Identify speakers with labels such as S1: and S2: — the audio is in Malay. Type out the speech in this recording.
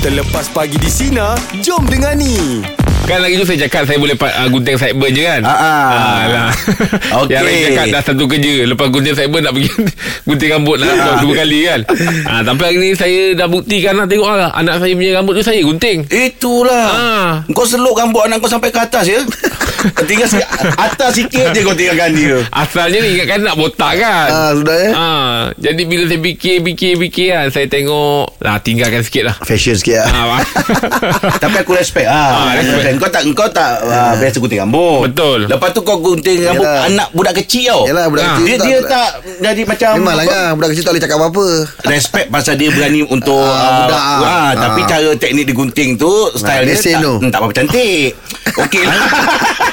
S1: Terlepas pagi di Sina Jom dengar ni
S2: Kan lagi tu saya cakap Saya boleh uh, gunting sideburn je kan
S3: Ah, ah.
S2: lah.
S3: Okey.
S2: Yang lain cakap dah satu kerja Lepas gunting sideburn Nak pergi gunting rambut lah, dua, dua kali kan ah, Tapi hari ni saya dah buktikan lah Tengok lah Anak saya punya rambut tu saya gunting
S3: Itulah
S2: Ah.
S3: Kau seluk rambut anak kau sampai ke atas ya Tinggal sikit Atas sikit je kau tinggalkan dia
S2: Asalnya ni ingatkan nak botak kan
S3: Ah, sudah ya
S2: Ah, jadi bila saya fikir fikir fikir kan saya tengok lah tinggalkan sikit lah.
S4: Fashion sikit
S2: Ah,
S4: lah
S3: Tapi aku respect ah,
S2: Ah, respect.
S3: respect. Kau tak kau tak ah, biasa gunting rambut.
S2: Betul.
S3: Lepas tu kau gunting rambut
S4: Yalah.
S3: anak budak kecil tau.
S4: Yalah budak
S2: Ah.
S4: kecil
S3: Dia
S4: tak-
S3: dia tak jadi macam
S4: Memang lah kan Budak kecil tak boleh cakap apa-apa
S3: respect pasal dia berani untuk ah,
S4: budak,
S3: ah,
S4: ah.
S3: tapi
S4: Ah.
S3: cara teknik digunting tu style dia
S4: lesen
S3: tak,
S4: tu.
S3: hmm, tak apa cantik. Okey lah.